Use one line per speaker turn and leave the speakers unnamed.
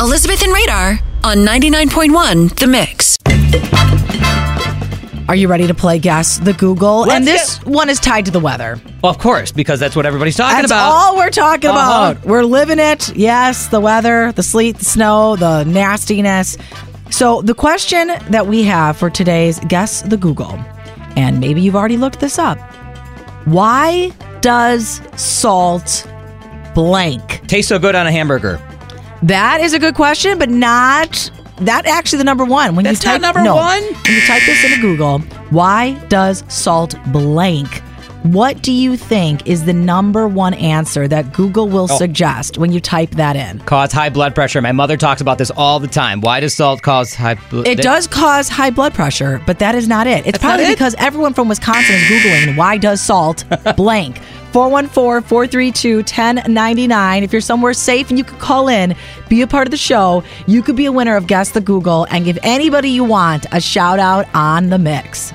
Elizabeth and Radar on 99.1 The Mix.
Are you ready to play Guess the Google? and this one is tied to the weather.
Well, of course, because that's what everybody's talking
That's
about.
all we're talking
Uh-huh.
about. We're living it. Yes, the weather, the sleet, the snow, the nastiness. So, the question that we have for today's Guess the Google, and maybe you've already looked this up why does salt blank?
Tastes so good on a hamburger.
That is a good question, but not that actually the number one. When
That's
you
not
type
number
no.
one?
When you type this into Google, why does salt blank? What do you think is the number one answer that Google will suggest when you type that in?
Cause high blood pressure. My mother talks about this all the time. Why does salt cause high blood
It does cause high blood pressure, but that is not it. It's
not
probably
it?
because everyone from Wisconsin is Googling, why does salt blank? 414 432 1099. If you're somewhere safe and you could call in, be a part of the show, you could be a winner of Guess the Google and give anybody you want a shout out on the mix.